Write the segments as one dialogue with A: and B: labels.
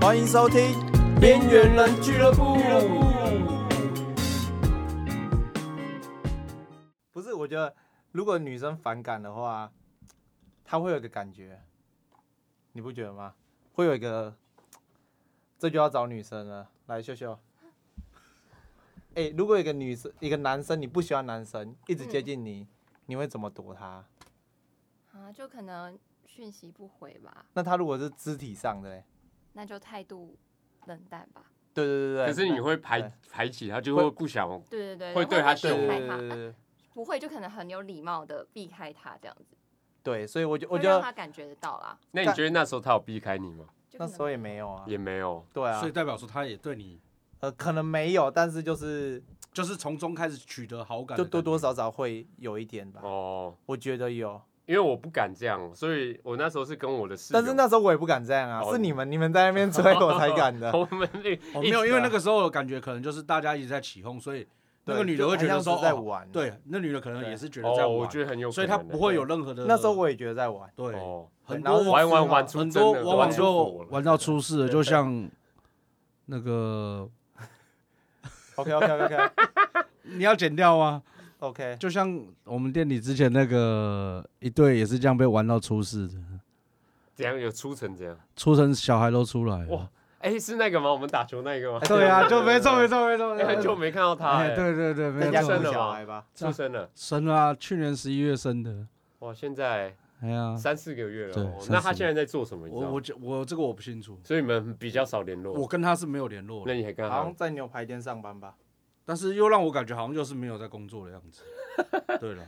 A: 欢迎收听《边缘人俱乐部》。不是，我觉得如果女生反感的话，她会有一个感觉，你不觉得吗？会有一个，这就要找女生了。来，秀秀。哎、如果有一个女生，一个男生，你不喜欢男生，一直接近你，你会怎么躲他？
B: 啊，就可能讯息不回吧，
A: 那他如果是肢体上的嘞？
B: 那就态度冷淡吧。
A: 对对对对。
C: 可是你会排
A: 对
C: 排挤他，就
A: 会
C: 会不想。
B: 对对对，
C: 会
B: 然后
C: 对他
B: 就
A: 对
C: 凶
A: 对
B: 避开
A: 对对
B: 他，
A: 对
B: 不会就可能很有礼貌的避开他这样子，
A: 对，所以我就我
B: 会
A: 觉
B: 让
A: 得
B: 他感觉得到啦。
C: 那你觉得那时候他有避开你吗？
B: 就可
A: 那
B: 能
A: 时候也没有啊，
C: 也没有。
A: 对啊
D: 所以，代表说他也对你，
A: 呃，可能没有，但是就是
D: 就是从中开始取得好感的
A: 就
D: 感觉，
A: 多多少少会有一点吧，
C: 哦，
A: 我觉得有，
C: 因为我不敢这样，所以我那时候是跟我的室友。
A: 但是那时候我也不敢这样啊，
C: 哦
A: 是你们你们在那边催我才敢的，
C: 我们那
D: 哦没有，
C: 啊
D: 因为那个时候的感觉可能就是大家一直在起哄，所以那个
A: 对
D: 女的
A: 就
D: 会觉
A: 哎好
D: 得
A: 像
D: 说
A: 是在
D: 哦
A: 玩，，
D: 对，那女的可能
A: 对
D: 也是觉得在
C: 哦，我
D: 玩，
C: 觉得很有可能欸，
D: 所以她不会有任何的。
A: 那时候我也觉得在玩，
D: 对
C: 哦，
D: 很
A: 然后
D: 多
A: 是
D: 玩
C: 玩玩玩出
D: 啊很
C: 真
D: 多
C: 的
D: 往往
C: 玩出
D: 就
C: 火了
D: 玩到出事了，就像那个
A: OK OK OK OK
D: 你要剪掉吗？
A: OK，
D: 就像我们店里之前那个一对也是这样被玩到出事的，
C: 怎样有出成这样？
D: 出成小孩都出来了。
C: 哇哎，是那个吗？我们打球那个吗？
A: 哎
D: 对啊，
A: 对
D: 就
A: 对
D: 没错
A: 对
D: 没错没错，
C: 哎，很久没看到他
D: 哎，
C: 哎，
D: 对对对，没
A: 人家
D: 有
C: 生
A: 生
C: 了
D: 错，
A: 小
C: 吗
A: 孩吧，
C: 出生了。
D: 生了啊，去年十一月生的，
C: 哇，现在
D: 哎呀，
C: 三四个月了
D: 对
C: 哦，
D: 三
C: 那
D: 四
C: 他
D: 个
C: 现在在做什么？你知
D: 我
C: 道吗
D: 我？这我这个我不清楚，
C: 所以你们比较少联
D: 我
C: 络。
D: 跟他是没有联络
C: 那
D: 的，
C: 你还跟
A: 好
C: 他
A: 像？在牛排店上班吧，
D: 但是又让我感觉好像就是没有在工作的样子。对了，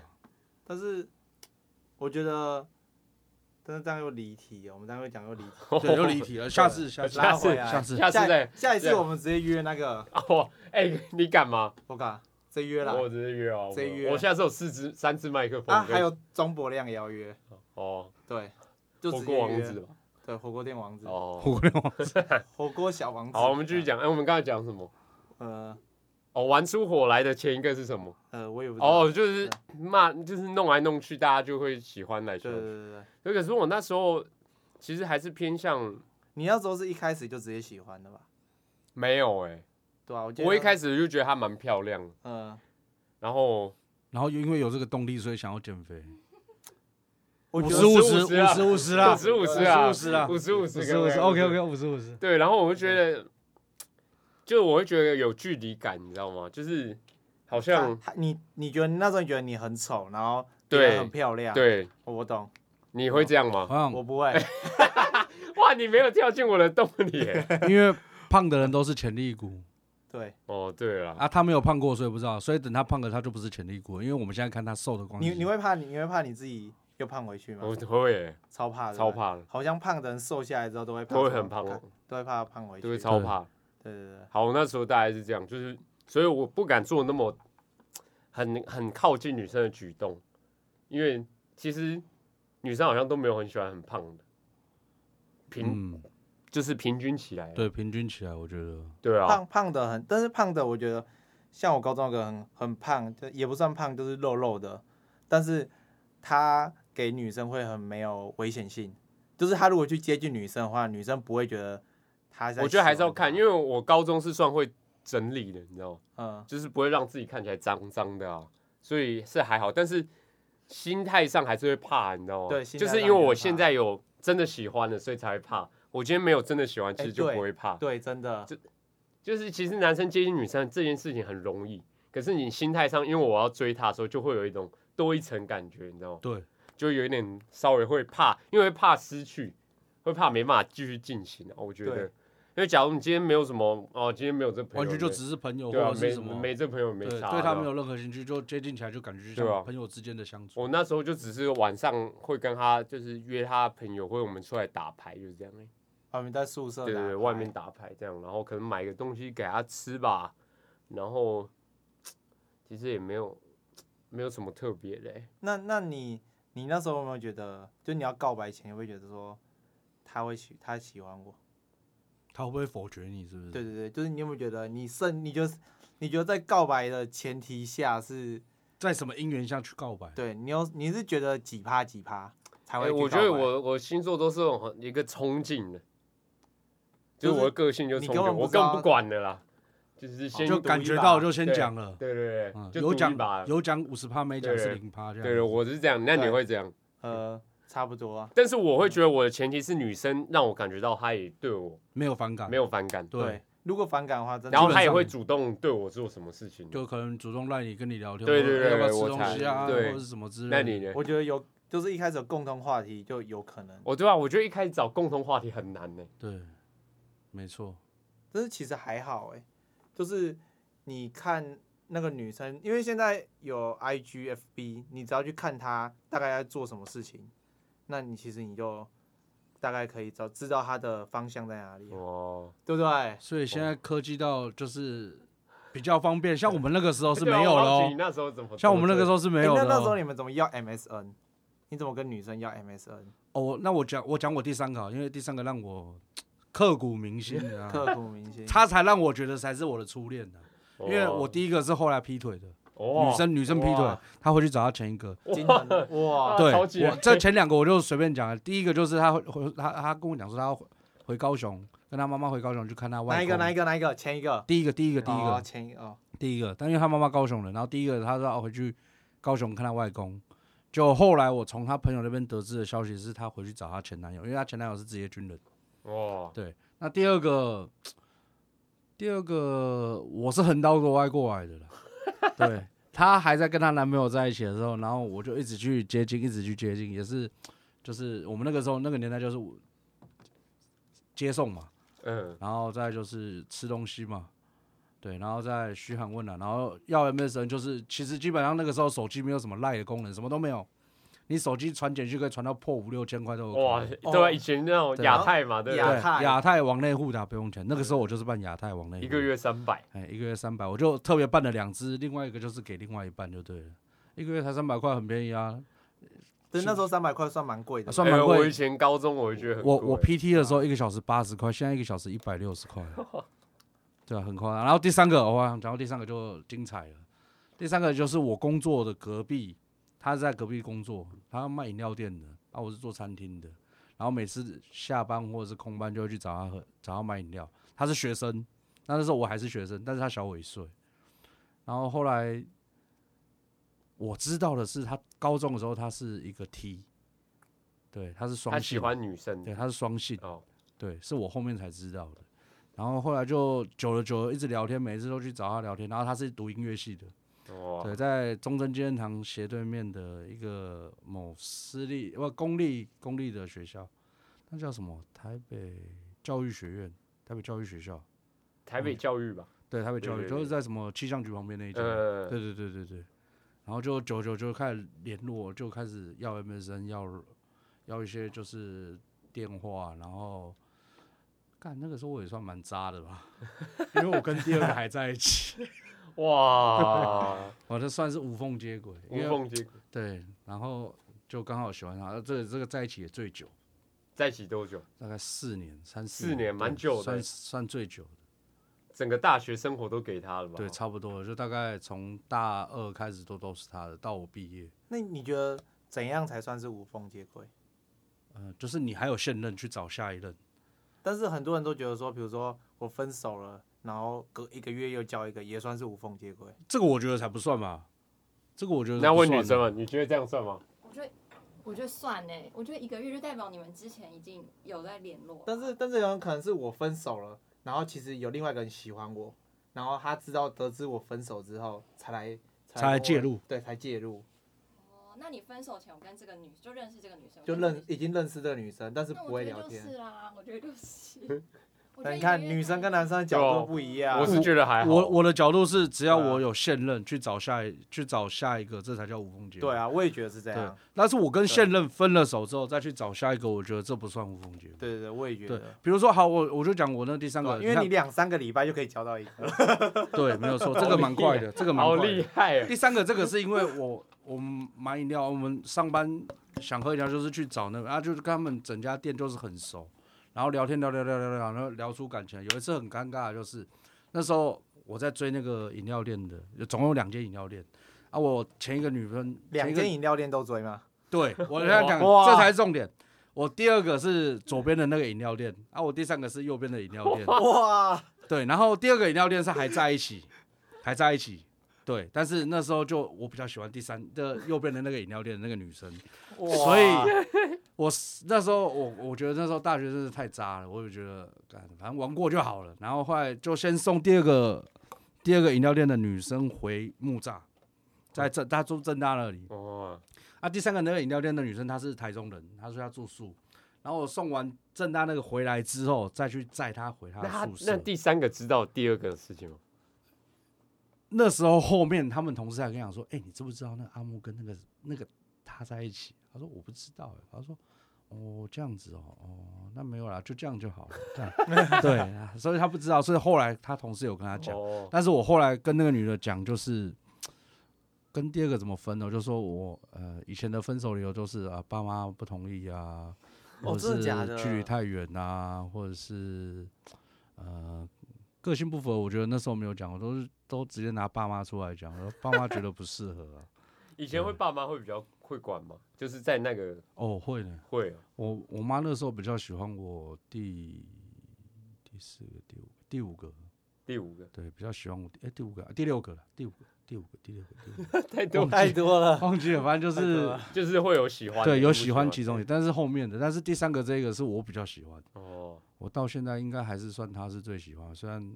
A: 但是我觉得，但是这样又离题了，我们这样又讲又离题，
D: 对，又离题了，下次下次
A: 拉回来，
D: 下次
C: 下次再
A: 下一次我们直接约那个，
C: 哦，哎，你敢吗？
A: 我靠，直接约啦。
C: 我直接约啊，我
A: 直接约
C: 我下次有四支、三支麦克风
A: 啊，
C: 跟
A: 还有钟伯亮也要约，
C: 哦，
A: 对，就
C: 火
A: 直接
C: 锅王
A: 约啊
C: 子吧。
A: 对，火锅店王子，
C: 哦，
D: 互联网
A: 火锅小王子。
C: 好，我们继续。讲。哎，我们刚才讲什么？
A: 呃
C: 哦，玩出火来的前一个是什么？
A: 呃，我也不知道。
C: 哦，就是骂，就是弄来弄去，大家就会喜欢来
A: 对，对
C: 说。
A: 对对对，
C: 那可是我那时候其实还是偏向
A: 你那时候是一开始就直接喜欢的吧？
C: 没有哎，
A: 对啊，我记得
C: 我一开
A: 始，
C: 始就觉得她蛮漂亮的，
A: 嗯，
C: 然后
D: 然后因为有这个动力，所以想要减肥，
A: 我觉
C: 觉
D: 十
C: 得
D: 五
C: 50
D: 十
C: 50啊
D: 十五十啦，
C: 五十五十啊，
D: 五十啦，
C: 五十五十，
D: 五十五十，OK OK，五十五十，
C: 对，然后我会觉得，就我会觉得有距离感，你知道吗？就是好
A: 得
C: 像
A: 他你你觉得那时候你觉得你很丑，然后
C: 对
A: 别人很漂亮，
C: 对，嗯
A: 哦，我懂，
C: 你会这样吗？
D: 好
A: 我
D: 像
A: 不 会，
C: 哇，你没有跳进我的洞里耶。
D: 因为胖的人都是潜力股
A: 对
C: 哦，对了，
D: 啊，他没有胖过，所以不知道，所以等他胖了，他就不是潜力股了，因为我们现在看他瘦的光，
A: 你你会怕你你会怕你自己又胖回去吗
C: 我？会耶
A: 超怕的，
C: 超，怕的，
A: 好像胖的人瘦下来之后都会怕
C: 都会很胖哦
A: 胖，，都会怕胖回去，
C: 都会超怕。
A: 对对对，
C: 好，那时候大概是这样，就是所以我不敢做那么 很很靠近女生的举动，因为其实女生好像都没有很喜欢很胖的，平、
D: 嗯，
C: 就是平均起来。
D: 对，平均起来我觉得，
C: 对啊，
A: 胖胖的很，但是胖的我觉得，像我高中有个很很胖，就也不算胖，就是肉肉的，但是他给女生会很没有危险性，就是他如果去接近女生的话，女生不会觉得他在。
C: 我觉得还是要看，因
A: 为
C: 为我高中是算会整理的，你知道吗？
A: 嗯，
C: 就是不会让自己看起来脏脏的啊，所以是还好，但是心态上还是会怕，你知道吗？
A: 对心态
C: 就
A: 上
C: 是因为我现在有真的喜欢了，所以才会怕。我今天没有真的喜欢，其实就不会怕。
A: 哎对，真的
C: 就，就是其实男生接近女生这件事情很容易，可是你心态上，因为我要追她的时候，就会有一种多一层感觉，你知道吗？
D: 对，
C: 就有一点稍微会怕，因为会怕失去，会怕没办法继续进行啊。我觉得
A: 对，
C: 因为假如你今天没有什么哦，今天没有这朋友，
D: 完全就
C: 没
D: 只是朋友或
C: 对啊
D: 者，是
C: 没
D: 什么，
C: 没这朋友没
D: 对，
C: 差，
D: 对他
C: 吧
D: 没有任何兴趣，就接近起来就感觉就
C: 对啊
D: 像朋友之间的相处。
C: 我那时候就只是晚上会跟他，就是约他朋友，或者我们出来打牌，就是这样、欸。
A: 我们在宿舍
C: 对对
A: 打
C: 对，
A: 牌
C: 外面打牌这样，然后可能买个东西给他吃吧，然后其实也没有没有什么特别的欸、
A: 那那你你那时候有没有觉得，就你要告白前，你会觉得说他会喜他喜欢我？
D: 他会不会否决你？是不是？
A: 对对对，就是你有没有觉得你胜，你就是你觉得在告白的前提下是
D: 在什么因缘下去告白？
A: 对你有你是觉得几趴几趴才会
C: 欸
A: 去告白、
C: 我觉得我我星座都是有一个冲劲的，就是
A: 就是
C: 我的个性就是
A: 你
C: 冲
A: 根
C: 动，
A: 本不
C: 我
A: 知
C: 根本
A: 道
C: 不管的啦，就是先
D: 就
C: 赌
D: 感
C: 一
D: 觉
C: 把
D: 到就先讲了，
C: 对对
D: 嗯
C: 对，就
D: 有
C: 赌
D: 讲
C: 一把，
D: 有讲五十趴，没讲
C: 对
D: 是
C: 对
D: 零趴这样。
C: 对对，我是这样，那你
A: 对
C: 会这样？
A: 呃，差不多啊，
C: 但是我会觉得我的前提是女生让我感觉到她也对我
D: 没有反感，
C: 没有反感，
D: 啊对，，
A: 如果反感的话，真的
C: 然后
D: 基本
C: 她也
D: 上
C: 会主动对我做什么事情。
D: 就可能主动赖你跟你聊天，
C: 对对
D: 或者
C: 对
D: 要不
C: 我
D: 要吃东西
A: 才
D: 啊，或
C: 对
D: 者是什么之类的。
C: 那你呢？
A: 我觉得有，就是一开始有共同话题就有可能，
C: 我对啊，我觉得一开始找共同话题很难呢。
D: 对，没错，
A: 但是其实还好哎、就是你看那个女生，因为现在有 I G F B，你只要去看她大概在做什么事情，那你其实你就大概可以找知道她的方向在哪里啊、
C: 哦，
A: 对不对？
D: 所以现在科技到就是比较方便，像我们那个时候是
C: 对啊
D: 没有
C: 我
D: 了
C: 好奇
D: 哦
C: 你，那时候怎么？
D: 像我们那个时
C: 候，
D: 候是没有
A: 诶
D: 的
A: 哎那那时候
D: 哦。
A: 你们怎么要 MSN？你怎么跟女生要 MSN？
D: 哦，那我讲我讲我第三个好，因为第三个让我刻骨铭心的啊，
A: 刻骨铭心。
D: 他才让我觉得才是我的初恋呢。因
C: 哦
D: 为我第一个是后来劈腿的
C: 女
D: 女生，女生劈腿
A: 哦哇，
D: 她回去找她前一个。
A: 惊人 哇！
D: 对，
C: 超级
D: 我这前两个我就随便讲了。第一个就是她回回她她跟我讲说她要回回高雄，跟她妈妈回高雄去看她外
A: 哪一个？
D: 公
A: 哪一个？哪一个？前一个。
D: 第一个，第一个，第一
A: 哦
D: 个，
A: 前一个哦，
D: 第一个。但因为他妈妈高雄人，然后第一个他说要回去高雄看他外公。就后来我从他朋友那边得知的消息是，他回去找他前男友，因为他前男友是职业军人。
C: 哇，
D: 那第二个，第二个我是横刀夺爱过来的啦。对，她还在跟她男朋友在一起的时候，然后我就一直去接近，一直去接近，也是就是我们那个时候那个年代就是我接送嘛，
C: 嗯，
D: 然后再就是吃东西嘛，对，然后再嘘寒问暖，然后要 MSN 就是其实基本上那个时候手机没有什么赖的功能，什么都没有，你手机传简讯可以传到破五六千块都有可能。
C: 哇，
A: 哦
C: 对啊，以前那种
D: 对
C: 亚太嘛，对不
A: 亚
C: 对？
A: 太
D: 亚太往内互打不用钱，那个时候我就是办亚太往内互打
C: 一个，月三百，
D: 哎，一个月三百，我就特别办了两只，另外一个就是给另外一半就对了，一个月才三百块，很便宜啊，
A: 对，那时候三百块算蛮贵的
D: 啊。算蛮
C: 哎
D: 贵
C: 我以前高中我就觉得很
D: 我
C: 贵啊
D: 我 PT 的时候一个小时八十块，现在一个小时一百六 十块，对啊，很夸张。然后第三个，哇，讲到第三个就精彩了。第三个就是我工作的隔壁，他是在隔壁工作，他卖饮料店的，啊，我是做餐厅的。然后每次下班或者是空班就会去找他喝，找他买饮料。他是学生，那那时候我还是学生，但是他小我一岁。然后后来我知道的是，他高中的时候他是一个 T，对，他是双
C: 他
D: 性
C: 喜欢女生
D: 对，他是双性，
C: 哦，
D: 对，是我后面才知道的。然后后来就久了久了一直聊天，每次都去找他聊天。然后他是读音乐系的，
C: 哇，
D: 对，在中正纪念堂斜对面的一个某私立不公立公立的学校，那叫什么？台北教育学院，台北教育学校，
C: 台北教育吧，
D: 对，台北教
C: 对
D: 育
C: 对
D: 就是
C: 对
D: 在什么气象局旁边那一间。
C: 呃，
D: 对对对对对，然后就久久就开始联络，就开始要 MSN，要要一些就是电话，然后干那个时候我也算蛮渣的吧，因为我跟第二个还在一起，
C: 哇，
D: 我这算是无缝接轨， 因
C: 无
D: 为
C: 缝接轨，
D: 对，然后就刚好喜欢他，呃这个这个在一起也最久，
C: 在一起多久？
D: 大概四年三
C: 四年
D: 对
C: 蛮久的
D: 算算最久的，
C: 整个大学生活都给他了吧？
D: 对，差不多就大概从大二开始都都是他的，到我毕业。
A: 那你觉得怎样才算是无缝接轨？
D: 呃，就是你还有现任去找下一任，
A: 但是很多人都觉得说，比如说我分手了，然后隔一个月又交一个，也算是无缝接轨。
D: 这个我觉得才不算吧，这个我觉得
C: 那
D: 不
C: 问
D: 算
C: 女生
D: 的，
C: 嘛，你觉得这样算吗？
B: 我觉得我觉得算呢，我觉得一个月就代表你们之前已经有在联络，
A: 但是，但是有可能是我分手了，然后其实有另外一个人喜欢我，然后他知道得知我分手之后，才来
D: 才来
A: 跟我
D: 介入，
A: 对，才介入，
B: 哦，那你分手前我跟这个女就认识这个女生，
A: 就
B: 我跟这个
A: 认已经认识这个女生，但是
B: 那
A: 不
B: 我
A: 会
B: 觉
A: 聊
B: 得就
A: 天。
B: 是啦，我觉 得就是。 我觉得
A: 你
B: 一个
A: 看，
B: 月
A: 女生
B: 太
A: 跟男生的角度不一样。
C: 我是觉得还好，
D: 啊我我的角度是，只要
A: 对啊
D: 我有现任去找下一去找下一个，这才叫无缝接轨。
A: 对，啊，我也觉得是这
D: 对
A: 样。。
D: 但是我跟现任分了手之后，再去找下一个，我觉得这不算无缝接轨。
A: 对对对，我也觉
D: 对
A: 得，。
D: 比如说好，我我就讲我那第三
A: 对啊
D: 个，
A: 因为你
D: 看
A: 两三个礼拜就可以交到一个。
D: 对没有错，这个蛮快的，这个蛮
C: 好
D: 快的
C: 厉害哦
D: 第三个这个是因为我 我们买饮料，我们上班想喝饮料就是去找那个，啊，就是跟他们整家店就是很熟，然后聊天聊聊聊聊聊，然后聊出感情来。有一次很尴尬，的就是那时候我在追那个饮料店的，总共有两间饮料店啊，我前一个女朋前
A: 两
D: 一个
A: 间饮料店都追吗？
D: 对我要讲，
A: 哇
D: 这才是重点。我第二个是左边的那个饮料店，啊，我第三个是右边的饮料店。
A: 哇，
D: 对，然后第二个饮料店是还在一起，还在一起。对，但是那时候就我比较喜欢第三的右边的那个饮料店的那个女生，
A: 哇
D: 所以我是那时候我我觉得那时候大学真是太渣了，我就觉得干反正玩过就好了。然后后来就先送第二个第二个饮料店的女生回木栅，在正她住正大那里，
C: 哦，
D: 啊，第三个那个饮料店的女生她是台中人，她说她住宿，然后我送完正大那个回来之后，再去载她回她
C: 那
D: 的
C: 他
D: 啊宿舍。
C: 那第三个知道第二个的事情吗？
D: 那时候后面他们同事还跟我讲说：“哎、你知不知道那个阿木跟那个那个他在一起？”他说：“我不知道。”他说：“哦，这样子哦，哦，那没有啦，就这样就好了。这样”对啊，所以他不知道，所以后来他同事有跟他讲。
C: 哦，
D: 但是我后来跟那个女的讲，就是跟第二个怎么分呢？我就说我呃以前的分手理由就是啊爸妈不同意啊，
A: 哦
D: 或
A: 真的
D: 者
A: 假的
D: 是距离太远啊，或者是呃个性不符合。我觉得那时候没有讲，我都是都直接拿爸妈出来讲，我说爸妈觉得不适合啊。
C: 以前会爸妈会比较会管吗？就是在那个
D: 哦，会呢，
C: 会哦
D: 我我妈那时候比较喜欢我第第四个、第五个、第
C: 第五
D: 五个，
C: 个
D: 对，比较喜欢我哎、第五个、第六个了，第五个、第五个、第六个、第六个。
C: 太多了，
A: 太多了，
D: 忘记了，反正就
A: 太多
D: 是
A: 了
C: 就是会有喜欢的，
D: 对有
C: 不
D: 喜欢
C: 的
D: 其中一个，但是后面的，但是第三个这个是我比较喜欢，
C: 哦，
D: 我到现在应该还是算他是最喜欢，虽然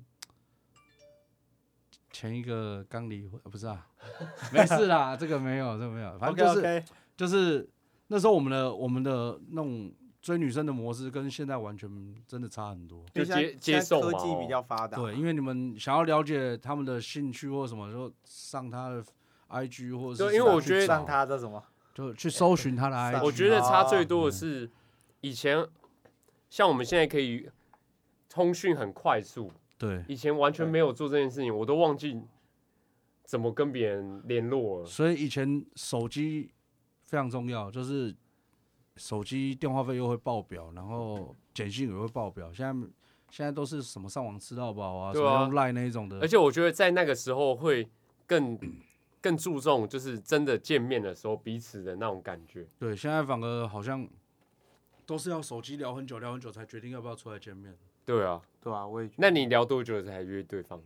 D: 前一个刚离婚，呃不是啊，没事啦，这个没有，这个没有， 反正就是
A: OK，OK
D: 就是那时候我们的我们的那种追女生的模式跟现在完全真的差很多。
A: 因为
C: 就
A: 现在
C: 接
A: 现
C: 接
A: 在
C: 受
A: 科
C: 嘛
A: 技
C: 哦
A: 比较发达，
D: 对，因为你们想要了解他们的兴趣或什么，就上他的 IG 或者是
C: 对因为我觉得
A: 啊上他这什么
D: 就去搜寻他的 IG，
C: 我觉得
A: 啊
C: 差最多的
D: 嗯
C: 是以前，像我们现在可以通讯很快速，
D: 对，
C: 以前完全没有做这件事情，我都忘记怎么跟别人联络了。
D: 所以以前手机非常重要，就是手机电话费又会爆表，然后简讯也会爆表。现在现在都是什么上网吃到饱啊，什
C: 对
D: 么
C: 啊
D: 用 Line 那一种的，
C: 而且我觉得在那个时候会更 更注重，就是真的见面的时候彼此的那种感觉。
D: 对，现在反而好像都是要手机聊很久，聊很久才决定要不要出来见面。
C: 对啊，
A: 对啊，我也觉得
C: 那你聊多久才约对方？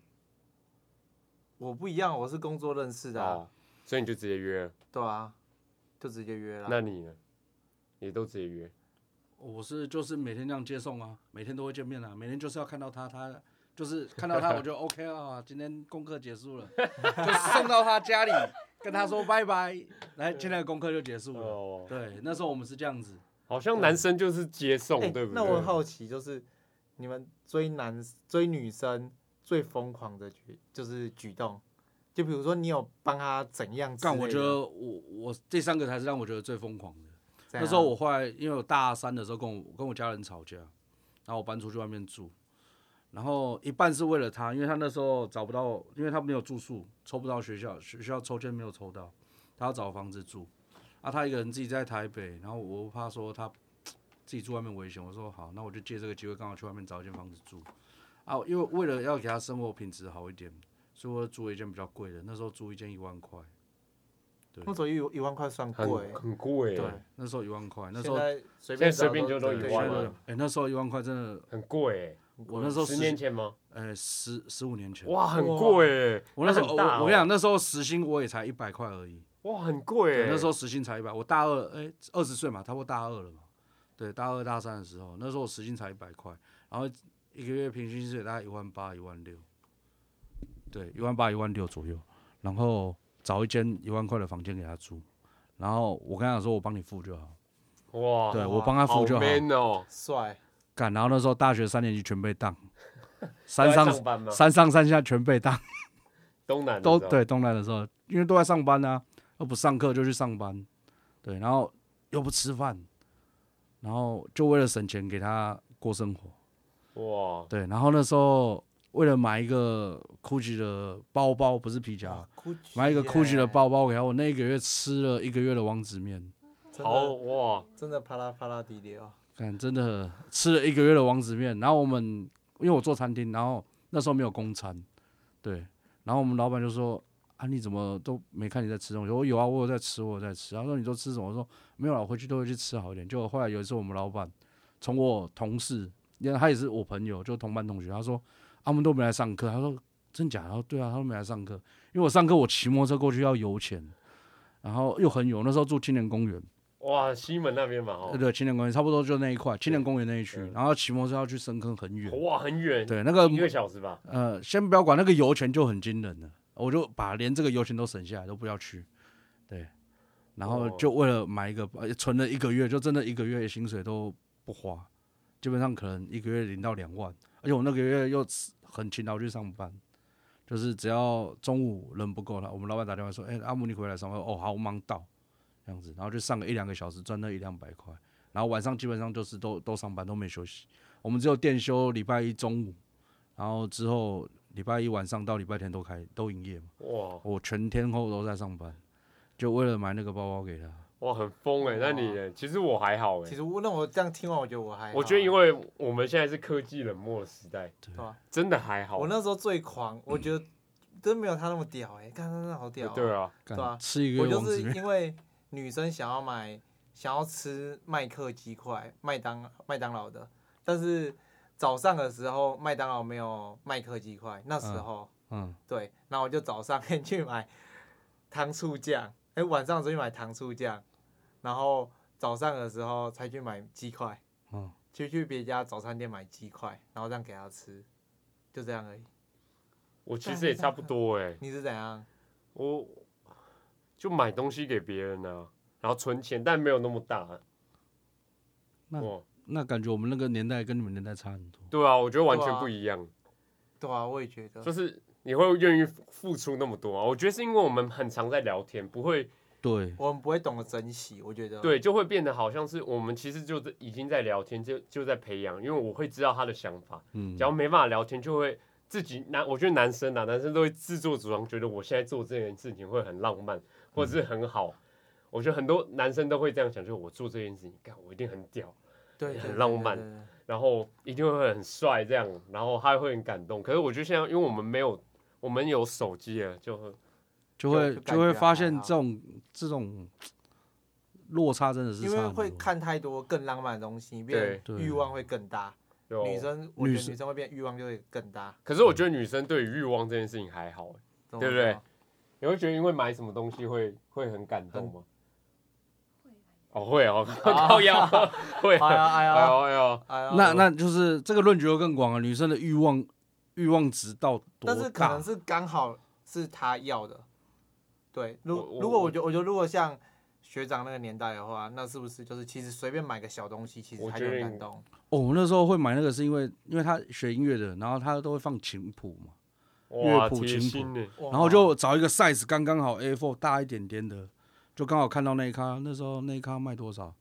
A: 我不一样，我是工作认识的、啊，
C: 哦，所以你就直接约了。
A: 对啊，就直接约了。
C: 那你呢？也都直接约。
D: 我是就是每天这样接送啊，每天都会见面啊，每天就是要看到他，他就是看到他，我就 OK 啊，今天功课结束了，就送到他家里，跟他说拜拜，来，今天的功课就结束了。
C: 哦，
D: 对，那时候我们是这样子，
C: 好像男生就是接送，
A: 哎
C: 对不对？
A: 那我很好奇，就是你们追男追女生最疯狂的举就是举动，就比如说你有帮他怎样之类的？
D: 但我觉得我我这三个才是让我觉得最疯狂的。
A: 怎样
D: 那时候我后来因为我大三的时候跟我跟我家人吵架，然后我搬出去外面住，然后一半是为了他，因为他那时候找不到，因为他没有住宿，抽不到学校，学校抽签没有抽到，他要找房子住，啊，他一个人自己在台北，然后我又怕说他自己住外面危险，我说好，那我就借这个机会刚好去外面找一间房子住，啊，因为为了要给他生活品质好一点，所以我租了一间比较贵的，那时候租一间一万块，
A: 那时候一一万块算
C: 很
A: 贵，
C: 很贵耶，
A: 对
D: 那时候一万块，那时
A: 现
D: 候。
A: 在随
C: 现在
A: 便
C: 随
A: 找
C: 便就都
A: 对
C: 一
A: 现
C: 万
A: 在
C: 了
A: 都
D: 哎、那时候一万块真的，
C: 很贵耶，
D: 我那时候
C: 十年
D: 前，
C: 前吗？
D: 呃，十十五年前，
C: 哇，很
A: 哇
C: 贵耶！
D: 我那时
C: 很
D: 候、
C: 大哦
D: 我我跟你讲，那时候时薪我也才一百块而已，
C: 哇，很贵耶
D: 对，。那时候时薪才一百，我大二，哎、二十岁嘛，差不多大二了嘛，对，大二大三的时候，那时候我时薪才一百块，然后一个月平均薪水大概一万八、一万六，对，一万八、一万六左右，然后找一间一万块的房间给他住，然后我跟他讲说，我帮你付就好，
C: 哇，
D: 对
A: 哇
D: 我帮他付
C: 好
D: 就好，
C: man 哦！
A: 帅，
D: 干，然后那时候大学三年级全被当，
C: 都
D: 山
C: 在
D: 上
C: 上班吗？
D: 山上山下全被当。
C: 东南的
D: 都
C: 时候，
D: 对东南的时候，因为都在上班啊，又不上课就去上班，对，然后又不吃饭，然后就为了省钱给他过生活，
C: 哇，
D: 对，然后那时候为了买一个 GUCCI 的包包，不是皮夹，
A: 哇 Gucci
D: 啊买一个
A: 哦耶
D: GUCCI 的，包包给他，我那一个月吃了一个月的王子面，
A: 真
C: 好
A: 的
C: 哇，
A: 真的啪啦啪啦滴滴哦，
D: 看真的吃了一个月的王子面，然后我们因为我做餐厅，然后那时候没有公餐，对，然后我们老板就说啊，你怎么都没看你在吃东西？我说有啊，我有在吃，我有在吃。他说你都吃什么？我说没有了，我回去都会去吃好一点。结果后来有一次，我们老板从我同事，因为他也是我朋友，就同班同学，他说、啊、他们都没来上课。他说真假？然后对啊，他都没来上课，因为我上课我骑摩托车过去要油钱，然后又很远，我那时候住青年公园。
C: 哇，西门那边嘛，
D: 呃
C: 哦，
D: 对，青年公园差不多就那一块，青年公园那一区
C: 嗯，
D: 然后骑摩托车要去深坑很远，
C: 哇，很远，
D: 对，那个
C: 一个小时吧，
D: 呃，先不要管那个油钱就很惊人了，我就把连这个油钱都省下来，都不要去，对，然后
C: 哦
D: 就为了买一个，呃存了一个月，就真的一个月薪水都不花，基本上可能一个月零到两万，而且我那个月又很勤劳去上班，就是只要中午人不够了，我们老板打电话说，哎、阿姆你回来上班，哦好，我忙到，这样子，然后就上个一两个小时，赚那一两百块，然后晚上基本上就是都都上班都没休息，我们只有店休礼拜一中午，然后之后礼拜一晚上到礼拜天都开都营业嘛，
C: 哇
D: 我全天候都在上班，就为了买那个包包给他，
C: 哇，很疯哎、那你呢？其实我还好哎、
A: 其实我那我这样听完，我觉得我还好
C: 我觉得因为我们现在是科技冷漠的时代，
A: 对吧
C: 真的还好
A: 啊我。那时候最狂，我觉得
D: 嗯
A: 真没有他那么屌哎、欸，看他真的好屌、
C: 对啊，
D: 干
A: 对啊
D: 吃一个
A: 我
D: 月
A: 就
D: 王子
A: 是
D: 面，
A: 因为女生想要买，想要吃麦克鸡块，麦当麦当劳的，但是早上的时候麦当劳没有麦克鸡块，那时候、
D: 嗯，
A: 对，然后我就早上 去买糖醋酱，哎、晚上的时候去买糖醋酱，然后早上的时候才去买鸡块，
D: 嗯，
A: 去去别家早餐店买鸡块，然后这样给她吃，就这样而已。
C: 我其实也差不多哎、
A: 你是怎样？
C: 我就买东西给别人啊，然后存钱，但没有那么大。啊
D: 那
C: 哇，
D: 那感觉我们那个年代跟你们年代差很多，
C: 对啊，我觉得完
A: 对
C: 全
A: 啊
C: 不一样，
A: 对啊，我也觉得
C: 就。是你会愿意付出那么多啊。我觉得是因为我们很常在聊天，不会
D: 对，
A: 我们不会懂得珍惜，我觉得。
C: 对，就会变得好像是我们其实就是已经在聊天，就就在培养，因为我会知道他的想法。
D: 嗯
C: 只，要没办法聊天，就会自己男，我觉得男生啊，男生都会自作主张，觉得我现在做这件事情会很浪漫，或者是很好。我觉得很多男生都会这样想，就是我做这件事情，干我一定很屌，
A: 对，对
C: 很浪漫。
A: 对对对对
C: 然后一定会很帅这样，然后他会很感动。可是我觉得现在，因为我们没有，我们有手机了，就会
D: 就会
A: 就感觉啊
D: 就会发现
A: 还好
D: 这种这种落差真的是
A: 因
D: 差
A: 为
D: 很多
A: 会看太多更浪漫的东西，变
D: 对
A: 欲望会更大。
C: 有
A: 女。生，我觉
D: 女
A: 得
D: 生
A: 女生会变欲望就会更大，
C: 可是我觉得女生对于欲望这件事情还好，
A: 懂
C: 对
A: 我意
C: 不对
A: 思吗？
C: 你会觉得因为买什么东西会会很感动吗？
B: 会
C: 哦，会哦， 靠腰，会哦，
A: 哎呀哎
C: 哎
A: 呀
C: 呦哎呦，
A: 哎呀！
D: 那那就是这个论据又更广了，女生的欲望欲望值到多
A: 但是可
D: 大
A: 能？是刚好是他要的。对，如
C: 我我
A: 如果
C: 我
A: 我觉得我觉得如果像学长那个年代的话，那是不是就是其实随便买个小东西，其实
C: 我
A: 他
C: 觉
A: 就很
C: 得
A: 感
C: 你
A: 动。
D: 哦，我那时候会买那个是因为因为他学音乐的，然后他都会放琴谱嘛，
C: 哇，
D: 乐谱
C: 贴
D: 琴谱
C: 心呢，
A: 哇
D: 然后就找一个 size 刚刚好 A4 大一点点的，就刚好看到那一咖，那时候那一咖卖多少？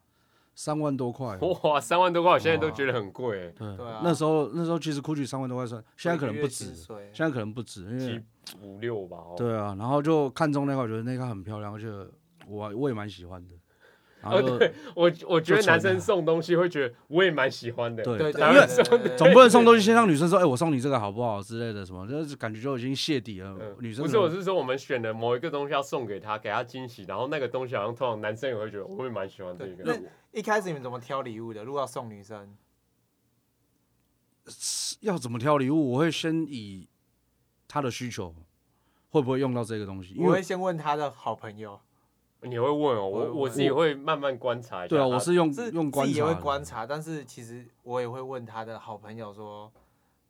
D: 三万多块。
C: 哇，三万多块，我现在都觉得很贵欸，
D: 对
A: 对啊
D: 那时候那时候其实 GUCCI 三万多块算，现在可能不止
A: 一个月，薪水
D: 现在可能不止，因为
C: 七五六吧，哦，
D: 对啊，然后就看中那块，我觉得那咖很漂亮，而且我我也蛮喜欢的。然后
C: 哦
D: 就、
C: 我我觉得
D: 就存
C: 男生
D: 了
C: 送东西会觉得我也蛮喜欢的，
D: 对
A: 对对
C: 台
A: 对
C: 湾
A: 对对对，
D: 总不能送东西先让女生说，哎、我送你这个好不好之类的什么，就是感觉就已经泄底了。
C: 嗯
D: 女生
C: 不
D: 可
C: 是，
D: 能
C: 我是说我们选的某一个东西要送给他，给他惊喜，然后那个东西好像通常男生也会觉得我也蛮喜欢这
A: 对
C: 个，
A: 那一开始你们怎么挑礼物的？如果要送女生，
D: 要怎么挑礼物，我会先以她的需求会不会用到这个东西，因
A: 我会
D: 为
A: 先问他的好朋友，
C: 你会问哦，我
A: 我
C: 我自己会慢慢观察一下他。
D: 对啊，我是用
A: 是
D: 用
A: 自
D: 观
A: 己
D: 察
A: 也会
D: 的，
A: 观察，但是其实我也会问他的好朋友说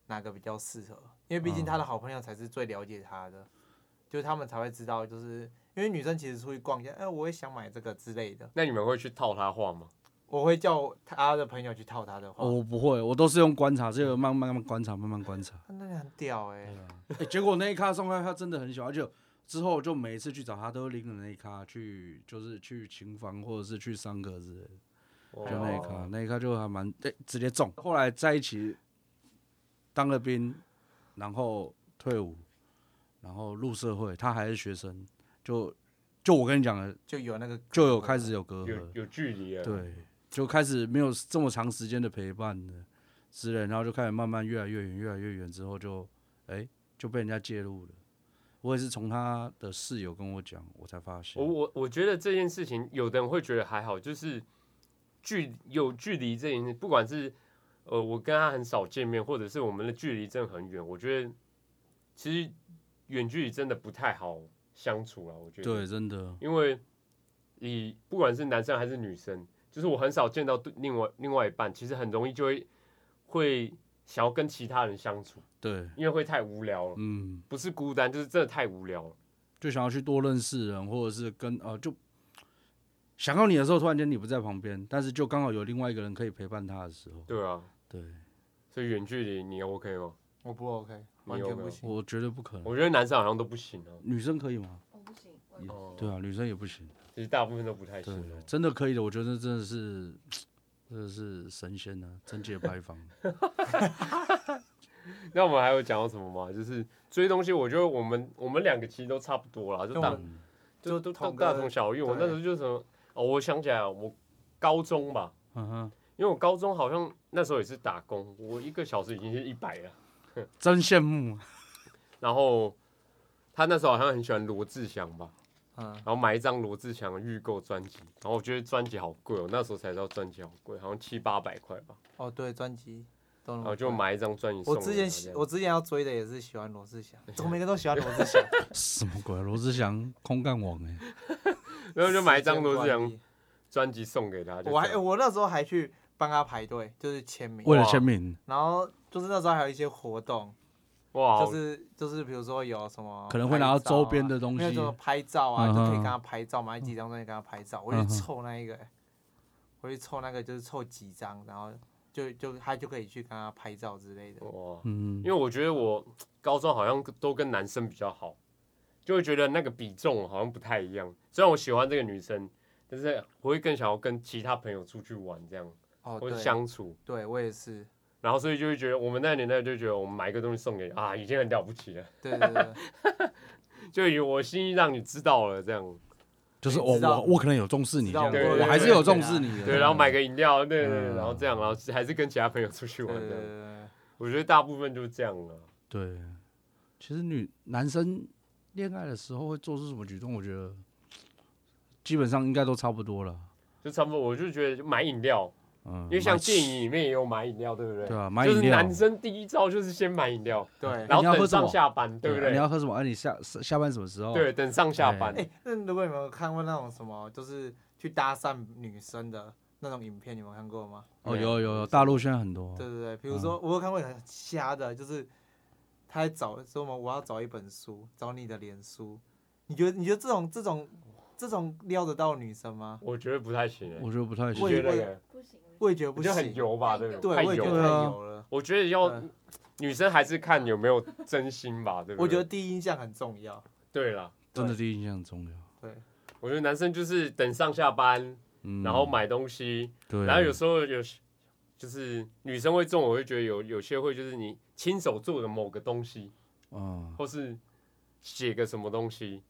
A: 哪个比较适合，因为毕竟
D: 嗯
A: 他的好朋友才是最了解他的，就是他们才会知道，就是因为女生其实出去逛街，哎、我也想买这个之类的，
C: 那你们会去套他话吗？
A: 我会叫他的朋友去套他的话，
D: 哦我不会，我都是用观察，这个慢慢慢慢观察，慢慢观察。
A: 他那个很屌哎、
D: 哎、结果那一咖送他，他真的很喜欢，而且之后就每一次去找他，都会拎着那一咖去，就是去琴房或者是去桑格之类的。就那一啊咖，
C: 哦
D: 那一咖就还蛮对，直接中。后来在一起，当了兵，然后退伍，然后入社会，他还是学生，就就我跟你讲的，
A: 就有那个
D: 就有开始有隔
C: 哦有
D: 阂，
C: 有距离了，
D: 对，就开始没有这么长时间的陪伴的之类，然后就开始慢慢越来越远，越来越远之后就，哎、就被人家介入了，我也是从他的室友跟我讲，我才发现
C: 我。我我觉得这件事情，有的人会觉得还好，就是距有距离这件事，不管是呃我跟他很少见面，或者是我们的距离真的很远，我觉得其实远距离真的不太好相处啊。我觉得，
D: 对，真的，
C: 因为以不管是男生还是女生，就是我很少见到对另外另外一半，其实很容易就会会想要跟其他人相处，
D: 对，
C: 因为会太无聊了，
D: 嗯，
C: 不是孤单，就是真的太无聊了。
D: 就想要去多认识人，或者是跟呃，就想到你的时候，突然间你不在旁边，但是就刚好有另外一个人可以陪伴他的时候，
C: 对啊，
D: 对
C: 所以远距离你 OK 哦？
A: 我不 OK，完
C: 有
A: 全
C: 没有
A: 不行。
D: 我绝对不可能。
C: 我觉得男生好像都不行哦、
D: 女生可以吗？
B: 我不行，我
A: 嗯
B: 也不
C: 哦，
D: 对，啊，女生也不行。
C: 其实大部分都不太行
D: 对
C: 哦、，
D: 真的可以的，我觉得真的是，真的是神仙啊，贞洁牌坊。
C: 那我们还有讲到什么吗？就是追东西，我觉得我们我们两个其实都差不多啦，就
A: 跟我
C: 大
A: 们
D: 嗯
C: 就
A: 就
C: 都都
A: 同
C: 大
A: 个
C: 同小异。我那时候就是什么哦，我想起来了，我高中吧，
D: 嗯哼，
C: 因为我高中好像那时候也是打工，我一个小时已经是一百了。
D: 真羡慕。啊
C: 然后他那时候好像很喜欢罗志祥吧，
A: 嗯，
C: 然后买一张罗志祥的预购专辑，然后我觉得专辑好贵哦，那时候才知道专辑好贵，好像七八百块吧，
A: 哦对，专辑都那
C: 然
A: 么
C: 后哦就
A: 贵。
C: 买一张专辑送
A: 哦我
C: 给他
A: 之
C: 这
A: 前
C: 样。
A: 喜我之前要追的也是喜欢罗志 祥，我每个都喜欢罗志祥。
D: 什么鬼啊？罗志祥空干王哎、
C: 然 后就买一张罗志
A: 时
C: 祥
A: 间
C: 专辑送给他，
A: 管
C: 就
A: 理，我还
C: 这样
A: 我那时候还去帮他排队，就是签名。
D: 为了签名，
A: 然后就是那时候还有一些活动，
C: 哇，
A: 就是就是比如说有什么
D: 哦可能会拿到周边的东
A: 拍照啊，没有什。
D: 西
A: 么拍照啊，就
D: 嗯哼
A: 可以跟他拍照，买几张专辑跟他拍照。我
D: 嗯
A: 去
D: 哼
A: 凑那一个，我去凑那个就是凑几张，然后就就他就可以去跟他拍照之类的。
C: 哇，
D: 嗯
C: 因，为我觉得我高中好像都跟男生比较好，就会觉得那个比重好像不太一样。虽然我喜欢这个女生，但是我会更想要跟其他朋友出去玩这样，
A: 哦，
C: 或者
A: 对，
C: 相处。
A: 对我也是，
C: 然后所以就会觉得我们那个年代就觉得我们买一个东西送给你啊，已经很了不起了，
A: 对 对对，
C: 就以我心意让你知道了 这样。
D: 就是
A: 你
D: 我
A: 知道
D: 我我可能有重视你，
A: 知
D: 这
A: 道
D: 样
C: 我对对
D: 我还是有重视你的。
C: 对，然后买个饮料，对对对，
D: 嗯
C: 然后这样，然后还是跟其他朋友出
A: 对
C: 去玩
A: 对对
C: 这
A: 对
C: 样。
A: 对
C: 我觉得大部分就是这样了。
D: 对，其实女男生恋爱的时候会做出什么举动，我觉得基本上应该都差不多了。
C: 就差不多，我就觉得就买饮料，
D: 嗯，
C: 因为像
D: 买
C: 电影里面也有买饮料，对不对？
D: 对啊，买
C: 就
D: 饮
C: 是
D: 料，哎
C: 男生第一招就是先买饮料，
A: 对。
C: 然后
D: 你要喝
C: 等
D: 什
C: 上
D: 么
C: 下班，对不
D: 啊你
C: 对？
D: 要喝什么？哎、你下下班什么时候？
C: 对，等上下班
D: 对。
A: 哎，那如果你们有看过那种什么，就是去搭讪女生的那种影片，你们看过吗？
D: 哦，有有有，大陆现在很多。
A: 对对对，
D: 嗯
A: 比如说、我有看过很瞎的，就是他在找说嘛，我要找一本书，找你的脸书。你觉得你觉得这种这种这种撩得到女生吗？
C: 我觉得不太行，欸
D: 我觉得不太
C: 你
D: 行
A: 我。
C: 觉
A: 也
C: 得
A: 我也
C: 嘞
B: 不行，我
A: 我也觉得
C: 我
A: 不
C: 觉
A: 行
C: 得，很油吧，对不
A: 对，
C: 太
A: 我也觉
C: 油
A: 得
D: 了
A: 太
C: 了。
D: 对啊
A: 油了。
C: 我觉得要
A: 嗯
C: 女生还是看有没有真心吧，对不对？
A: 我觉得第一印象很重要。
C: 对啦，
D: 真的第一印象重要。
A: 对，
C: 我觉得男生就是等上下班，
D: 嗯，
C: 然后买东西，
D: 对，啊
C: 然后有时候有就是女生会中，我会觉得有有些会就是你亲手做的某个东西，
D: 嗯，
C: 或是写个什么东西，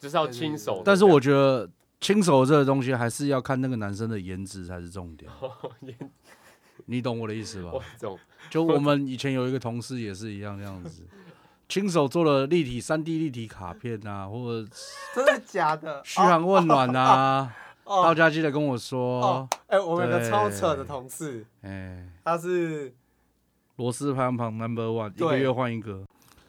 C: 就是要
A: 对对
C: 亲手的
A: 对
C: 这样。
D: 但是我觉得亲手这个东西还是要看那个男生的颜值才是 重点。你懂我的意思吧
C: 我？懂，
D: 就我们以前有一个同事也是一样这样子，亲手做了立体三 D 立体卡片啊，或者
A: 真的假 的？
D: 嘘寒问暖啊，
A: 哦
D: 到，家记得跟我说
A: 哦。哎、我们有个超
D: 对
A: 扯的同事，
D: 哎，
A: 他是
D: 螺丝排行榜 number one，一个
A: 对
D: 月换一个。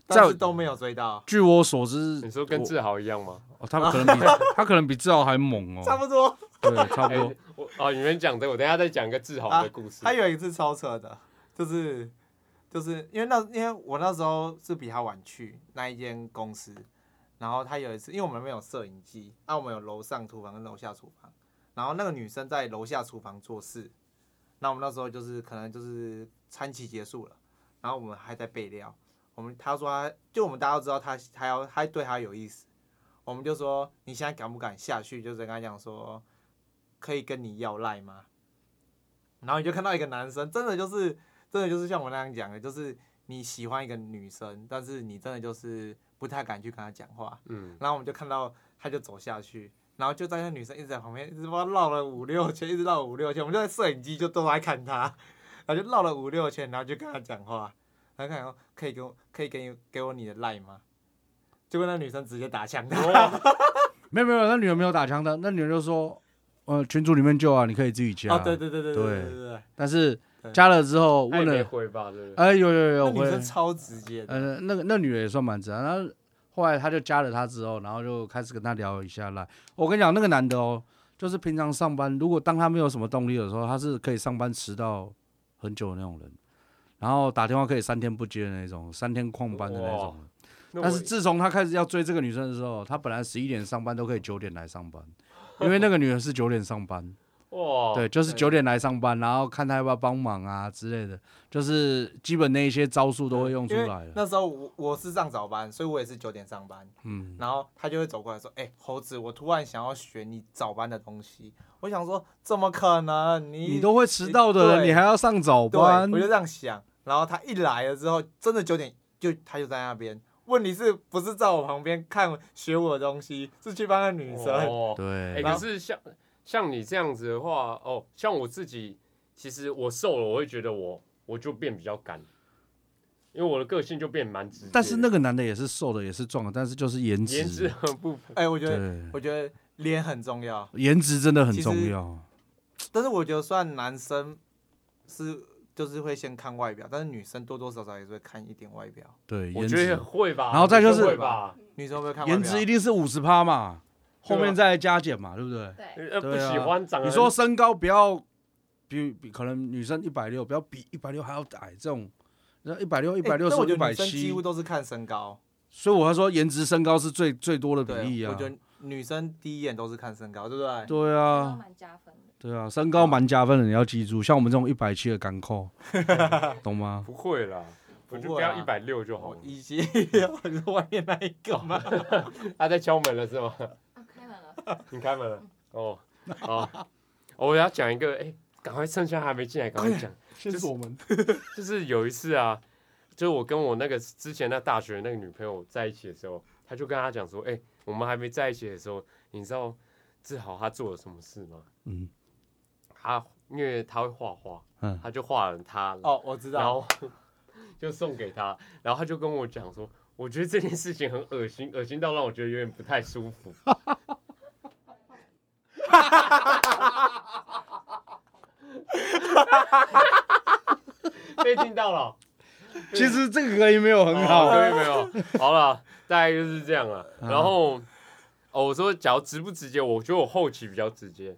D: 在哦
A: 但是都没有追到，
D: 据我所知，
C: 你说跟
D: 我
C: 志豪一样吗？
D: 哦他可 能比他可能比志豪还猛
A: 差
D: 哦，
A: 不多。
D: 对，差不
C: 哎
D: 多。
C: 我哦，你们讲的，我等一下再讲一个志豪的故事。
A: 他有一次超扯的，就是就是因为那因为我那时候是比他晚去那一间公司，然后他有一次，因为我们没有摄影机，那、我们有楼上厨房跟楼下厨房，然后那个女生在楼下厨房做事，那我们那时候就是可能就是餐期结束了，然后我们还在备料，我们他说他就我们大家都知道他他要他对他有意思，我们就说你现在敢不敢下去，就是跟他讲说可以跟你要赖吗？然后你就看到一个男生，真的就是真的就是像我那样讲的，就是你喜欢一个女生，但是你真的就是不太敢去跟她讲话。
C: 嗯，
A: 然后我们就看到他就走下去，然后就在那女生一直在旁边，一直不知道绕了五六圈，一直绕五六圈，我们就在摄影机就都在看他，然后就绕了五六圈，然后就跟他讲话，然后看说可以给我可以给你给我你的赖吗？结果那女生直接打枪他，
D: 没有没有，那女人没有打枪的，那女人就说，呃，群组里面救啊，你可以自己加。
A: 啊，对对对对对
D: 对
A: 对对对，
D: 但是
A: 对
D: 加了之后
C: 他也
D: 问
C: 没
D: 了，
C: 回吧，对不对？
D: 哎、有有有
A: 那
D: 有
A: 女
D: 回
A: 生，超直接的，
D: 呃，那个那女的也算蛮直啊。然后后来他就加了他之后，然后就开始跟他聊一下来。我跟你讲，那个男的哦，就是平常上班，如果当他没有什么动力的时候，他是可以上班迟到很久的那种人，然后打电话可以三天不接的那种，三天旷班的那种。
C: 那
D: 但
C: 我
D: 是自从他开始要追这个女生的时候，他本来十一点上班都可以九点来上班，因为那个女人是九点 上班，
C: 哇，
D: 对，就是
A: 对
D: 九点来上班，然后看他要不要帮忙啊之类的，就是基本那一些招数都会用出
A: 因为
D: 来了。
A: 那时候我我是上早班，所以我也是九点上班，
D: 嗯，
A: 然后他就会走过来说：“哎、猴子，我突然想要学你早班的东西。”我想说，怎么可能？你
D: 你都会迟到的人，
A: 对
D: 你还要上早
A: 对，
D: 班
A: 我？就这样想。然后他一来了之后，真的九点就他就在那边。问题是不是在我旁边看学我的东西，是去帮那女生？
C: 哦哎、
D: 对，
A: 然
C: 可
A: 后
C: 是像像你这样子的话，哦，像我自己，其实我瘦了，我会觉得我我就变比较干，因为我的个性就变蛮直接的。
D: 但是那个男的也是瘦的，也是壮的，但是就是颜值，
C: 颜值很不符，
A: 哎、我觉得
D: 对，
A: 我觉得脸很重要，
D: 颜值真的很
A: 其实
D: 重要。
A: 但是我觉得虽然男生是就是会先看外表，但是女生多多少少也是会看一点外表。
D: 对，
C: 我
D: 颜
C: 觉得
D: 值，
C: 会吧。
D: 然后再就是
C: 会吧，
A: 女生会不会
C: 啊
A: 看外
D: 颜
A: 表？
D: 值一定是五十趴嘛，
C: 对
D: 后
C: 啊
D: 面再加减嘛，对不对？
B: 对，
C: 呃，不
D: 对啊
C: 喜欢长得
D: 你说身高不要比比，可能女生一百六，不要比一百六还要矮这种，一百六、一
A: 一
D: 百六
A: 我
D: 十、
A: 觉
D: 一
A: 得
D: 百
A: 女生几
D: 七
A: 乎，都是看身高。
D: 所以我要说颜值身高是最最多的
A: 对，
D: 比例
A: 我
D: 啊。
A: 觉得女生第一眼都是看身高，对不对？
D: 对
B: 都
D: 啊，
B: 蛮加分的。
D: 对啊，身高蛮加分的，你要记住。像我们这种一百七的 干扣，懂吗？
C: 不会啦，我就
A: 不
C: 不
A: 会啊
C: 要一百六就好
A: 我
C: 了。
A: 以及 我是外面那一个嘛，
C: 他在敲门了是吗？
B: 啊，开门了，
C: 你开门了哦，好，我要讲一个，哎、赶快趁现在还没进来，赶 快讲。
D: 先
C: 锁
D: 门。
C: 就是有一次啊，就是我跟我那个之前那大学那个女朋友在一起的时候，他就跟她讲说，哎、我们还没在一起的时候，你知道志豪他做了什么事吗？
D: 嗯
C: 他因为他会画画，
D: 嗯，
A: 啊
C: 他就画了他，
A: 哦，我知
C: 然
A: 道，
C: 后 就送给他，然后他就跟我讲说，我觉得这件事情很恶心，恶心到让我觉得有点不太舒服。 被听到了，
D: 其实这个隔音没有很
C: 哦
D: 好。嗯
C: 各位没有，好了，大概就是这样了。然后，哦，我说假如直不直接，我觉得我后期比较直接。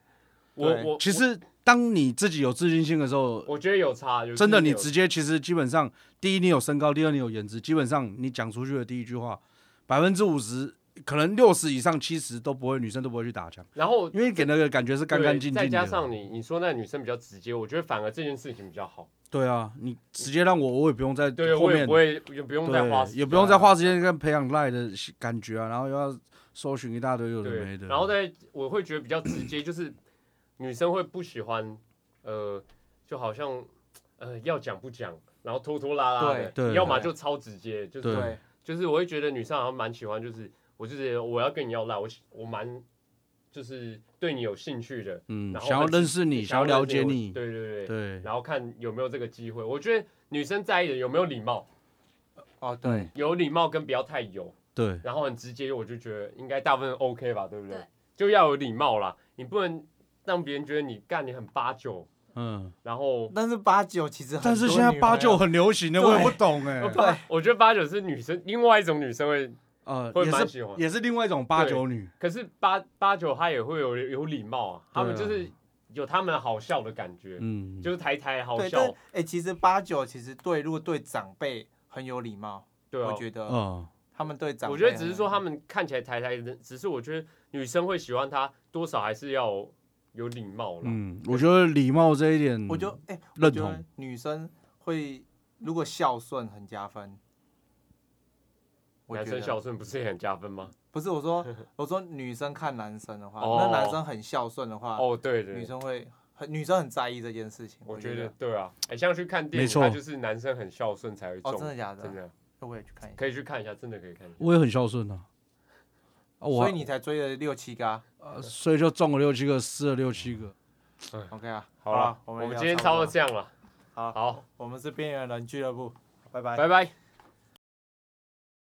C: 我
A: 对
C: 我
D: 其实当你自己有自信心的时候，
C: 我觉得有差，有
D: 真的，
C: 有
D: 你直接其实基本上，第一你有身高，第二你有颜值，基本上你讲出去的第一句话，百分之五十，可能六十以上、七十都不会，女生都不会去打枪，
C: 然后
D: 因为给那个感觉是干干净净的。
C: 对再加上你，你说那女生比较直接，我觉得反而这件事情比较好。
D: 对啊，你直接让我，我也不用在
C: 对，
D: 后
C: 我也
D: 面
C: 不会，也不用再花时
D: 对，
C: 间，啊
D: 也不用再花时间跟培养赖的感觉啊，然后又要搜寻一大堆有的没
C: 对
D: 的。，
C: 然后再我会觉得比较直接，就是女生会不喜欢，呃，就好像呃要讲不讲，然后拖拖拉拉的，
D: 对对
C: 要么就超直接，就是
D: 对
A: 对，
C: 就是我会觉得女生好像蛮喜欢，就是我就是我要跟你要赖，我喜我蛮就是对你有兴趣的，
D: 嗯，
C: 然后
D: 想要认识你，想要了解
C: 我
D: 你，
C: 对对对，
D: 对
C: 然后看有没有这个机会。我觉得女生在意的有没有礼貌，
A: 哦对，
C: 有礼貌跟不要太油，
D: 对
C: 然后很直接，我就觉得应该大部分 OK 吧，对不对？
B: 对
C: 就要有礼貌啦，你不能让别人觉得你干你很八九，
D: 嗯。
C: 然后。
A: 但是八九其实很
D: 但是
A: 多
D: 现在
A: 女
D: 八
A: 朋
D: 九
A: 友
D: 很流行的，
A: 对
D: 我也不懂哎、
A: 对
C: 我觉得八九是女生，另外一种女生会
D: 呃，
C: 会
D: 也
C: 蛮
D: 是
C: 喜欢，
D: 也是另外一种八九女，
C: 可是八八九她也会有有礼貌啊，他们
D: 对
C: 就
D: 啊
C: 是有他们好笑的感觉，
D: 嗯，
C: 就是台台好
A: 对，但
C: 笑
A: 哎，、诶其实八九其实对，如果对长辈很有礼貌，
C: 对啊
A: 我。觉得
D: 嗯，
A: 他们对长辈，
C: 我觉得只是说他，们看起来台台的，只是我觉得女生会喜欢他，多少还是要有礼貌啦。
D: 嗯，我觉得礼貌这一点，
A: 我就哎、我
D: 认
A: 觉得
D: 同
A: 女生会如果孝顺很加分，我
C: 男
A: 觉
C: 生
A: 得
C: 孝顺不是也很加分吗？
A: 不是我 说我说女生看男生的话，
C: 哦
A: 那男生很孝顺的话，
C: 哦，对
A: 女
C: 对，
A: 生会很女生很在意这件事情，
C: 我
A: 觉
C: 觉得对啊。哎，像去看电
D: 没
C: 影，
D: 错
C: 他就是男生很孝顺才会
A: 哦
C: 中，
A: 真的假的
C: 真的
A: 我也去看一下，
C: 可以去看一下，真的可以看一下。
D: 我也很孝顺啊，啊我
A: 所以你才追了六七个、啊、
D: 呃所以就中了六七个，失了六七个，
A: ，OK 啊，
C: 好了
A: 啦，我
C: 我
A: 们
C: 们
A: 聊
C: 今天
A: 差
C: 差
A: 不
C: 不
A: 多
C: 多这样了。
A: 好
C: 好，
A: 我们是边缘人俱乐部，拜拜。
C: 拜拜。